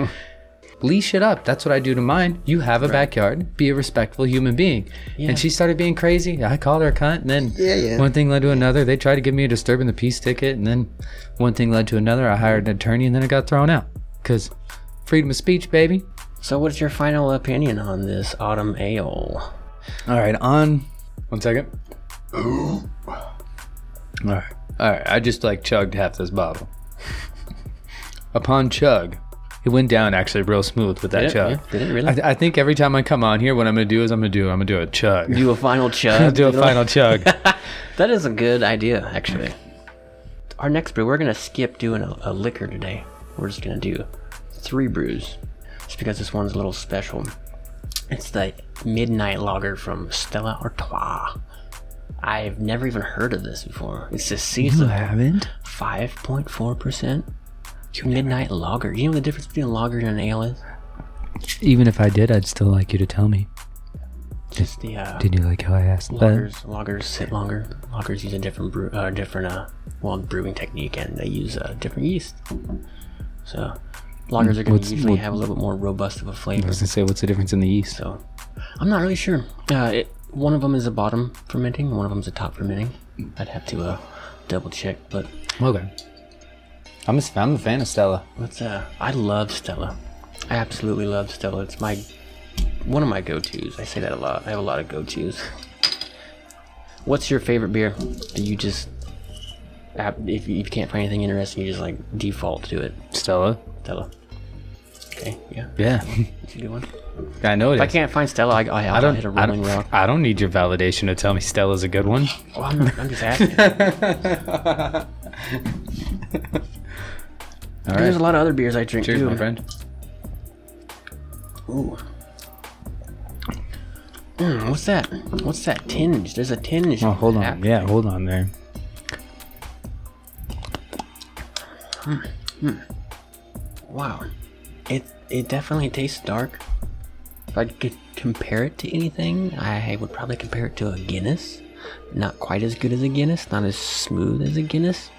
S2: Leash it up. That's what I do to mine. You have a backyard. Be a respectful human being. And she started being crazy. I called her a cunt, and then one thing led to another. They tried to give me a disturbing the peace ticket, and then one thing led to another. I hired an attorney, and then I got thrown out because freedom of speech, baby.
S1: So, what's your final opinion on this autumn ale?
S2: All right, on. One second. All right, all right. I just like chugged half this bottle. upon chug. It went down actually real smooth with that
S1: Did it?
S2: chug.
S1: Yeah, did it really?
S2: I, I think every time I come on here, what I'm gonna do is I'm gonna do I'm gonna do a chug.
S1: do a final
S2: I'll
S1: chug.
S2: do a final chug.
S1: That is a good idea, actually. Our next brew, we're gonna skip doing a, a liquor today. We're just gonna do three brews, just because this one's a little special. It's the Midnight Lager from Stella Artois. I've never even heard of this before. It's a season
S2: haven't?
S1: 5.4%. Midnight Lager. You know the difference between a lager and an ale is?
S2: Even if I did, I'd still like you to tell me.
S1: Just the uh,
S2: Did you like how I asked that?
S1: Lagers, lagers sit longer. Lagers use a different brew, uh, different uh, well brewing technique, and they use uh, different yeast. So, lagers are going
S2: What's-
S1: to usually
S2: what-
S1: have a little bit more robust of a
S2: I
S1: flavor.
S2: was gonna say, what's the difference in the yeast?
S1: So, I'm not really sure. Uh, it, one of them is a bottom fermenting, one of them is a top fermenting. I'd have to uh, double check, but
S2: Okay. I'm a, I'm a fan of Stella.
S1: let's. Uh, I love Stella. I absolutely love Stella. It's my one of my go-tos. I say that a lot. I have a lot of go-tos. What's your favorite beer that you just, ab- if you if you can't find anything interesting, you just like default to it?
S2: Stella?
S1: Stella. Okay, yeah,
S2: Yeah.
S1: it's a good one. If
S2: I know it is.
S1: I can't find Stella, I, I, I
S2: I
S1: don't
S2: don't,
S1: hit a
S2: I,
S1: Rolling
S2: don't,
S1: Rock.
S2: I don't need your validation to tell me Stella's a good one.
S1: Well, I'm, not, I'm just asking.
S2: All
S1: There's
S2: right.
S1: a lot of other beers I drink
S2: Cheers,
S1: too.
S2: my friend.
S1: Ooh. Mm, what's that? What's that tinge? There's a tinge.
S2: Oh, hold on.
S1: Ap-
S2: Yeah, hold on there.
S1: Wow. It it definitely tastes dark. If I could compare it to anything, I would probably compare it to a Guinness. Not quite as good as a Guinness, not as smooth as a Guinness.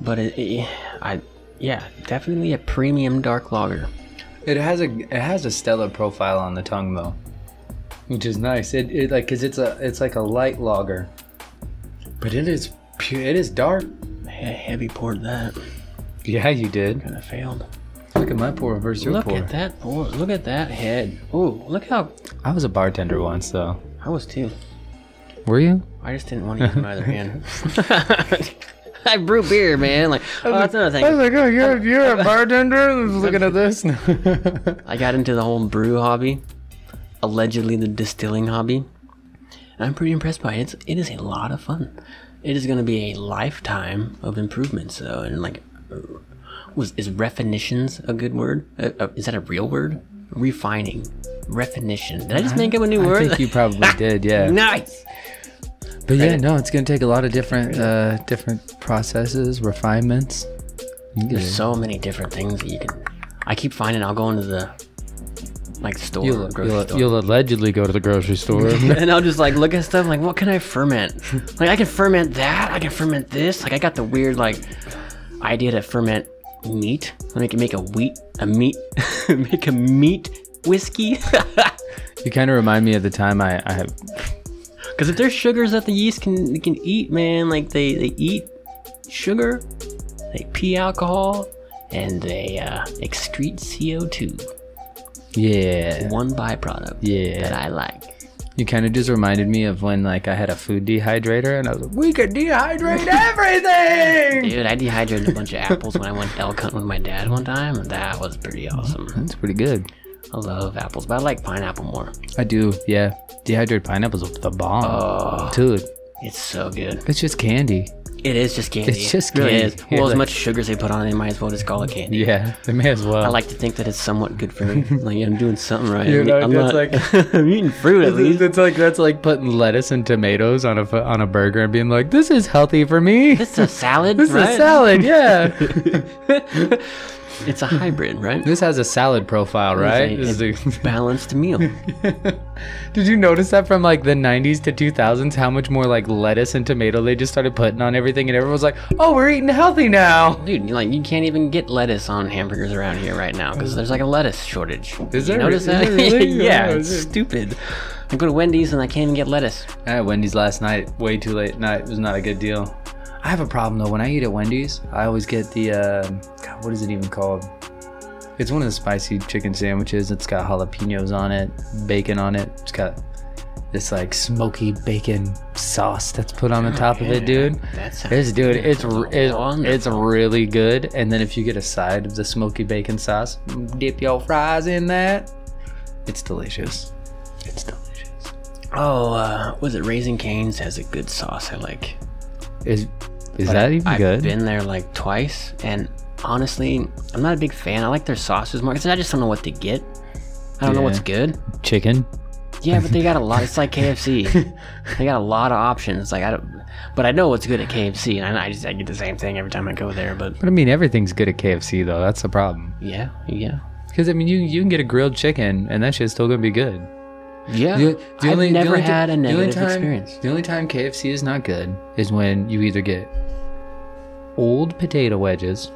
S1: But it, it- I yeah, definitely a premium dark lager.
S2: It has a it has a stellar profile on the tongue though, which is nice. It, it like because it's a it's like a light lager, but it is pure. It is dark.
S1: He- heavy poured that.
S2: Yeah, you did.
S1: Kind of failed.
S2: Look at my pour versus your
S1: Look
S2: pour.
S1: at that pour. Look at that head. Ooh, look how
S2: I was a bartender once though.
S1: I was too.
S2: Were you?
S1: I just didn't want to use my other hand. I brew beer, man. Like, oh, that's another thing.
S2: like, oh, you're you're a bartender. Looking at this.
S1: I got into the whole brew hobby, allegedly the distilling hobby, and I'm pretty impressed by it. It's, it is a lot of fun. It is going to be a lifetime of improvements, though. And like, uh, was is refinitions a good word? Uh, uh, is that a real word? Refining, refinition. Did I just make up a new
S2: I
S1: word?
S2: think you probably did. Yeah.
S1: nice.
S2: But yeah,
S1: Credit.
S2: no, it's gonna take a lot of different uh, different processes, refinements.
S1: There's so many different things that you can. I keep finding. I'll go into the like store,
S2: You'll,
S1: grocery
S2: you'll-
S1: store.
S2: you'll allegedly go to the grocery store.
S1: and I'll just like look at stuff like what can I ferment? Like I can ferment that, I can ferment this. Like I got the weird like idea to ferment meat. Like I can make a wheat a meat make a meat whiskey.
S2: you kind of remind me of the time I, I
S1: Cause if there's sugars that the yeast can can eat, man, like they, they eat sugar, they pee alcohol, and they uh, excrete CO2.
S2: yeah
S1: One byproduct
S2: Yeah.
S1: that I like.
S2: You kind of just reminded me of when like I had a food dehydrator and I was like, we could dehydrate everything.
S1: Dude, I dehydrated a bunch of apples when I went elk hunting with my dad one time, and that was pretty awesome.
S2: That's pretty good.
S1: I love apples, but I like pineapple more.
S2: I do, yeah. Dehydrated pineapples with the bomb, dude.
S1: It's so good.
S2: It's just candy.
S1: It is just candy.
S2: It's just
S1: It really
S2: candy.
S1: is.
S2: You're
S1: Well, as
S2: like-
S1: much sugar as they put on it, they might as well just call it candy.
S2: Yeah, they may as well.
S1: I like to think that it's somewhat good for me. like I'm doing something right.
S2: You're
S1: I'm,
S2: not-
S1: I'm
S2: that's
S1: I'm eating fruit at least.
S2: It's like that's like putting lettuce and tomatoes on a fu- on a burger and being like, this is healthy for me.
S1: This is a salad,
S2: This
S1: right?
S2: is a salad, yeah.
S1: It's a hybrid, right?
S2: this has a salad profile, right?
S1: It's a,
S2: This is a-
S1: balanced meal.
S2: Did you notice that from like the 90s to 2000s, how much more like lettuce and tomato they just started putting on everything, and everyone was like, oh, we're eating healthy now.
S1: Dude, like you can't even get lettuce on hamburgers around here right now because there's like a lettuce shortage.
S2: Is
S1: you
S2: there-
S1: notice
S2: is
S1: that?
S2: there really?
S1: yeah,
S2: Oh,
S1: it's
S2: is it-
S1: stupid. I go to Wendy's and I can't even get lettuce.
S2: I had Wendy's last night, way too late night. It was not a good deal. I have a problem though. When I eat at Wendy's, I always get the, uh, God, what is it even called? It's one of the spicy chicken sandwiches. It's got jalapenos on it, bacon on it. It's got this like smoky bacon sauce that's put on the top of it,
S1: Oh, yeah.
S2: dude.
S1: That sounds
S2: It's dude, it's r- it,
S1: wonderful.
S2: it's really good. And then if you get a side of the smoky bacon sauce, dip your fries in that. It's delicious. It's delicious.
S1: Oh, uh, was it Raising Cane's has a good sauce I like.
S2: Is is that even
S1: I've
S2: good?
S1: been there like twice, and honestly, I'm not a big fan. I like their sauces more because I just don't know what to get. I don't know what's
S2: Yeah.
S1: good.
S2: Chicken.
S1: Yeah, but they got a lot. It's like KFC. they got a lot of options. Like I don't, but I know what's good at KFC, and I, I just I get the same thing every time I go there. But
S2: But I mean, everything's good at KFC though. That's the problem.
S1: yeah, yeah,
S2: Because I mean, you you can get a grilled chicken, and that shit's still gonna be good.
S1: yeah.
S2: The, the
S1: I've
S2: only, the
S1: never
S2: only ti-
S1: had a
S2: the only
S1: negative
S2: time-
S1: experience.
S2: The only time KFC is not good is when you either get old potato wedges,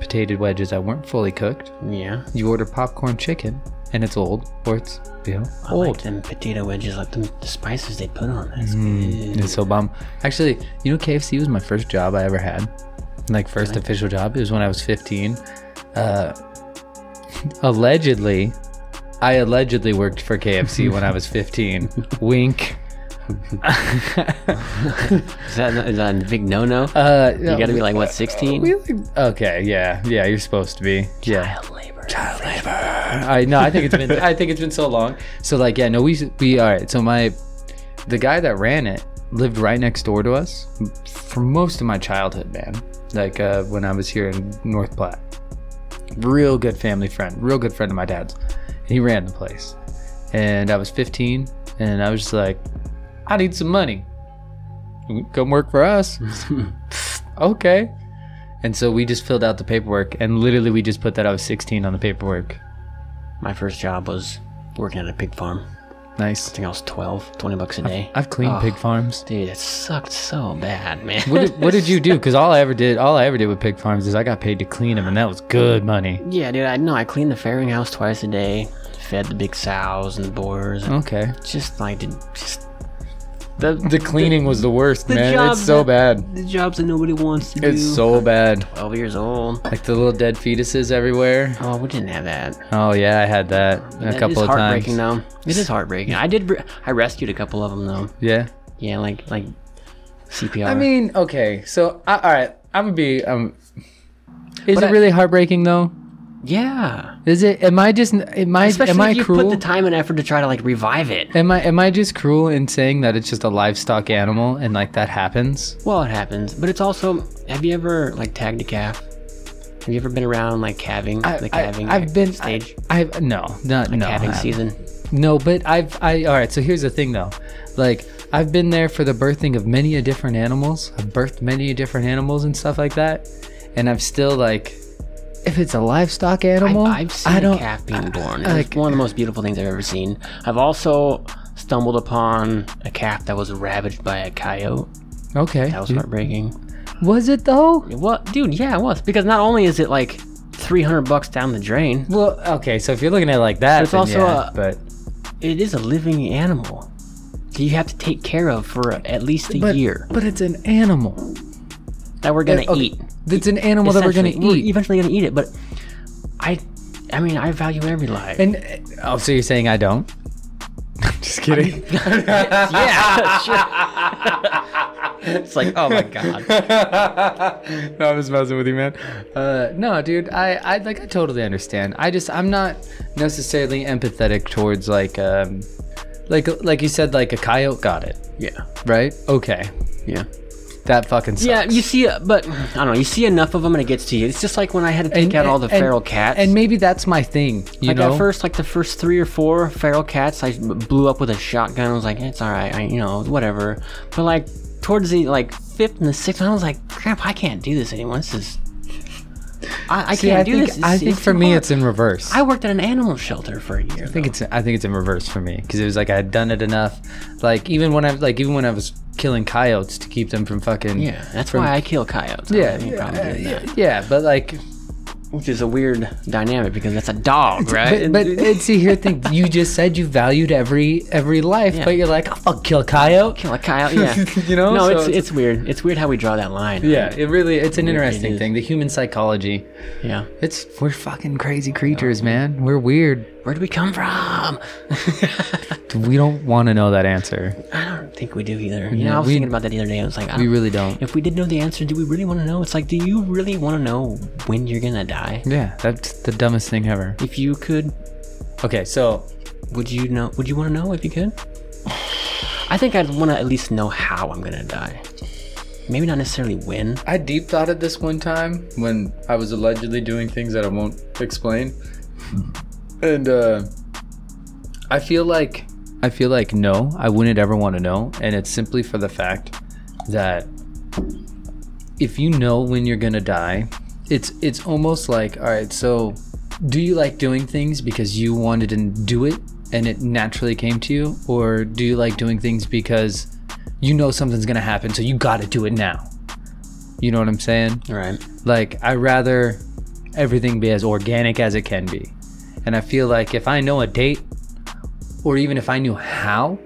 S2: potato wedges that weren't fully cooked.
S1: Yeah,
S2: You order popcorn chicken, and it's old, or it's you know
S1: I
S2: old.
S1: like them potato wedges, like them the spices they put on this.
S2: Mm, it's so bomb. Actually, you know, KFC was my first job I ever had. Like first official job. It was when I was 15. Uh, allegedly, I allegedly worked for KFC when I was 15. Wink.
S1: Is that, is that a big no-no?
S2: Uh,
S1: you gotta be like what, 16?
S2: Okay, yeah, yeah. You're supposed to be. Yeah.
S1: Child labor.
S2: I no, I think it's been I think it's been so long. So like yeah, no, we we all right. So my the guy that ran it lived right next door to us for most of my childhood, man. Like uh, when I was here in North Platte, real good family friend, real good friend of my dad's. He ran the place, and I was 15, and I was just like, I need some money. Come work for us. okay. And so we just filled out the paperwork, and literally we just put that I was 16 on the paperwork.
S1: My first job was working at a pig farm. I
S2: Nice.
S1: think I was 12, 20 bucks a day.
S2: I've cleaned
S1: Oh,
S2: pig farms.
S1: Dude, it sucked so bad, man.
S2: What did, what did you do? Because all I ever did, all I ever did with pig farms is I got paid to clean them, and that was good money.
S1: yeah, dude, I know. I cleaned the farrowing house twice a day, fed the big sows and the boars, and
S2: Okay.
S1: just like did just the
S2: The cleaning was the worst,
S1: the
S2: man.
S1: job
S2: It's so
S1: that-
S2: bad.
S1: the jobs that nobody wants to do.
S2: It's so bad.
S1: 12 years old.
S2: Like the little dead fetuses everywhere.
S1: Oh, we didn't have that.
S2: Oh yeah, I had that a
S1: That
S2: couple
S1: is
S2: of times.
S1: heartbreaking, though. It is heartbreaking. I did. Re- I rescued a couple of them, though.
S2: Yeah.
S1: Yeah, like like CPR.
S2: I mean, okay. So I, all right, I'm gonna be. Um, is
S1: But
S2: it
S1: I-
S2: really heartbreaking though?
S1: yeah.
S2: Is it? Am I just? Am I?
S1: Especially
S2: am I
S1: if you
S2: cruel?
S1: put the time and effort to try to like revive it.
S2: Am I am I just cruel in saying that it's just a livestock animal and like that happens?
S1: Well, it happens, but it's also. Have you ever like tagged a calf? Have you ever been around like calving? the calving
S2: have been
S1: stage.
S2: I, have no, not no,
S1: calving
S2: I-
S1: season.
S2: no. But I've I all right. So here's the thing though, like I've been there for the birthing of many a different animals. I've birthed many a different animals and stuff like that, and I'm still like, if it's a livestock
S1: I've,
S2: animal,
S1: I've seen
S2: I
S1: a
S2: don't.
S1: calf being born.
S2: I-
S1: It's one of the most beautiful things I've ever seen. I've also stumbled upon a calf that was ravaged by a coyote.
S2: okay,
S1: That was heartbreaking.
S2: was it though?
S1: Well, dude, yeah, it was because not only is it like 300 bucks down the drain,
S2: Well, okay. So if you're looking at it like that,
S1: it's
S2: then
S1: also
S2: yeah,
S1: a-
S2: but
S1: it is a living animal that you have to take care of for at least a
S2: but,
S1: year
S2: but it's an animal.
S1: that we're gonna
S2: Okay,
S1: eat.
S2: It's an animal that we're gonna
S1: Essentially,
S2: eat.
S1: eventually gonna eat it, but I, I mean, I value every life.
S2: And oh, so you're saying I don't? Just kidding.
S1: yeah, sure. it's like, oh my god.
S2: no, I'm just messing with you, man. Uh, no, dude, I, I like I totally understand. I just I'm not necessarily empathetic towards like um like like you said like a coyote got it
S1: Yeah,
S2: right. Okay,
S1: yeah,
S2: that fucking sucks.
S1: yeah. You see, uh, but I don't know. You see enough of them, and it gets to you. It's just like when I had to take
S2: And-
S1: out all the
S2: and-
S1: feral cats.
S2: and maybe that's my thing. You
S1: like
S2: know,
S1: at first, like the first three or four feral cats, I b- blew up with a shotgun. I was like, it's all right, I, you know, whatever. But like towards the like fifth and the sixth, I was like, crap, I can't do this anymore. This is, I, I
S2: See,
S1: can't
S2: I
S1: do
S2: think
S1: this. It's-
S2: I think
S1: it's
S2: for
S1: too
S2: me
S1: hard."
S2: it's in reverse.
S1: I worked at an animal shelter for a year.
S2: I think it's I think it's in reverse for me because it was like I had done it enough. Like even when I like even when I was killing coyotes to keep them from fucking
S1: yeah, that's
S2: from-
S1: why I kill coyotes. I don't
S2: yeah
S1: have any
S2: yeah,
S1: problem doing
S2: yeah,
S1: that.
S2: yeah, but like
S1: Which is a weird dynamic because that's a dog, right?
S2: but, but it's see here thing you just said you valued every every life
S1: Yeah.
S2: but you're like I'll fuck kill a coyote
S1: kill a coyote. Yeah,
S2: You know,
S1: No,
S2: so
S1: it's,
S2: it's-
S1: it's weird. It's weird how we draw that line.
S2: yeah it really it's an
S1: it
S2: interesting
S1: is.
S2: thing the human psychology
S1: yeah.
S2: Oh. it's we're fucking crazy creatures man we're weird
S1: Where do we come from?
S2: We don't want to know that answer.
S1: I don't think we do either. You know,
S2: Yeah,
S1: I was
S2: we-
S1: thinking about that the other day. I was like, I
S2: We
S1: don't-
S2: really don't.
S1: if we did know the answer, do we really want to know? It's like, do you really want to know when you're gonna die?
S2: Yeah, that's the dumbest thing ever.
S1: If you could,
S2: Okay, so
S1: would you know? Would you want to know if you could? I think I'd want to at least know how I'm gonna die. Maybe not necessarily when.
S2: I deep thoughted this one time when I was allegedly doing things that I won't explain, and uh, I feel like I feel like no, I wouldn't ever want to know, and it's simply for the fact that if you know when you're gonna die, it's it's almost like all right, so do you like doing things because you wanted to do it and it naturally came to you, or do you like doing things because you know something's gonna happen, so you gotta do it now? You know what I'm saying?
S1: Right.
S2: Like, I rather everything be as organic as it can be. And I feel like if I know a date, or even if I knew how,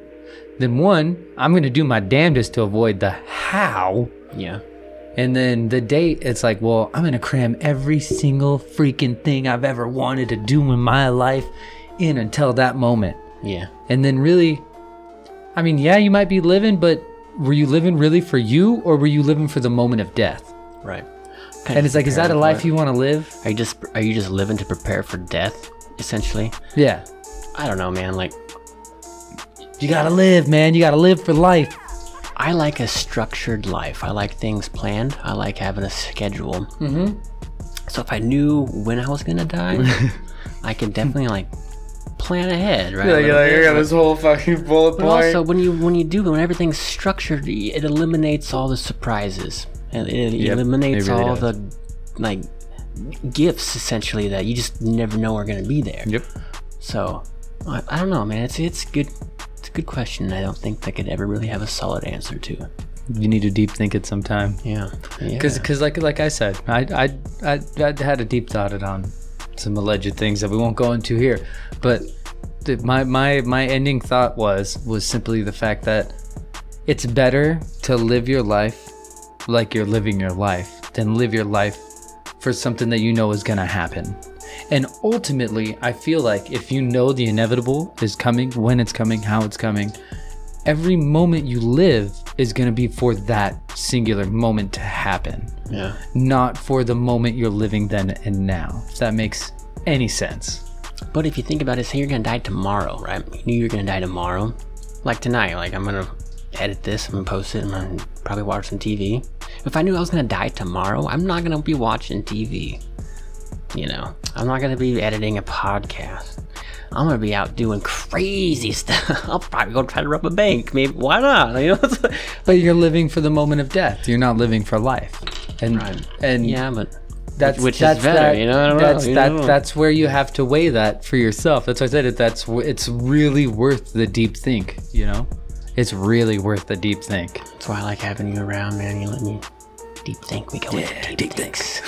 S2: then one, I'm gonna do my damnedest to avoid the how.
S1: Yeah.
S2: And then the date, it's like, well, I'm gonna cram every single freaking thing I've ever wanted to do in my life in until that moment.
S1: Yeah.
S2: And then really, I mean, yeah, you might be living, but were you living really for you, or were you living for the moment of death?
S1: Right.
S2: And it's like, is that a life you want to live?
S1: Are you just are you just living to prepare for death, essentially?
S2: Yeah.
S1: I don't know, man. Like
S2: You gotta live, man. You gotta live for life.
S1: I like a structured life. I like things planned. I like having a schedule. Mm-hmm. So if I knew when I was gonna die, I could definitely like plan ahead, right? a little bit.
S2: this whole fucking bullet
S1: but also, when you when you do when everything's structured, y- it eliminates all the surprises. And it
S2: Yep,
S1: eliminates
S2: it really
S1: all
S2: does.
S1: the like gifts essentially that you just never know are gonna be there.
S2: Yep.
S1: So I, I don't know, man. It's it's good. It's a good question. I don't think I could ever really have a solid answer to.
S2: You need to deep think it sometime.
S1: Yeah.
S2: Cause,
S1: Yeah.
S2: 'cause like, like I said, I, I, I, I had a deep thought it on some alleged things that we won't go into here, but the, my, my, my ending thought was, was simply the fact that it's better to live your life like you're living your life than live your life for something that you know is going to happen. And ultimately, I feel like if you know the inevitable is coming, when it's coming, how it's coming, every moment you live is going to be for that singular moment to happen,
S1: yeah.
S2: not for the moment you're living then and now. If that makes any sense.
S1: But if you think about it, say you're gonna die tomorrow, right? You knew you were gonna die tomorrow, like tonight. Like I'm gonna edit this, I'm gonna post it, I'm gonna probably watch some TV. If I knew I was gonna die tomorrow, I'm not gonna be watching TV. You know, I'm not gonna be editing a podcast. I'm gonna be out doing crazy stuff. I'll probably go try to rob a bank. Maybe why not? You know, it's like-
S2: But you're living for the moment of death. You're not living for life. And
S1: Right.
S2: and
S1: yeah, but
S2: that's
S1: which is
S2: that's
S1: better,
S2: that-
S1: you know? I don't know,
S2: that's
S1: you
S2: that
S1: know.
S2: that's where you have to weigh that for yourself. That's why I said it. That's wh- it's really worth the deep think. You know, it's really worth the deep think.
S1: that's why I like having you around, man. You let me deep think. We go into deep, thinks.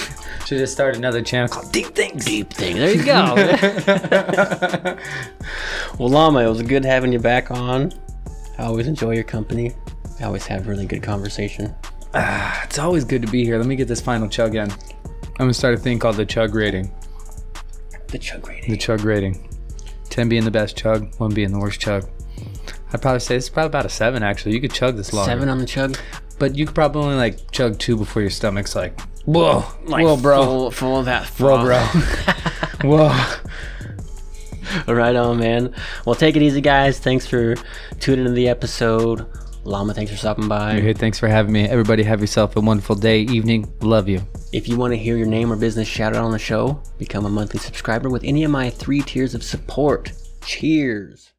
S2: Should just start another channel called Deep Thinks.
S1: deep thing. There you go. well, Llama, it was good having you back on. I always enjoy your company. I always have really good conversation.
S2: It's always good to be here. Let me get this final chug in. I'm gonna start a thing called the chug rating.
S1: The chug rating.
S2: The chug rating. Ten being the best chug, one being the worst chug. I'd probably say it's probably about a seven actually. You could chug this long.
S1: Seven on the chug.
S2: But you could probably only like chug two before your stomach's like, whoa,
S1: Like
S2: whoa, bro,
S1: Full, full of that.
S2: whoa, bro, whoa.
S1: bro. right on, man. Well, take it easy, guys. Thanks for tuning into the episode. Llama, thanks for stopping by.
S2: Hey, thanks for having me. Everybody, have yourself a wonderful day, evening. Love you.
S1: If you want to hear your name or business shouted out on the show, become a monthly subscriber with any of my three tiers of support. Cheers.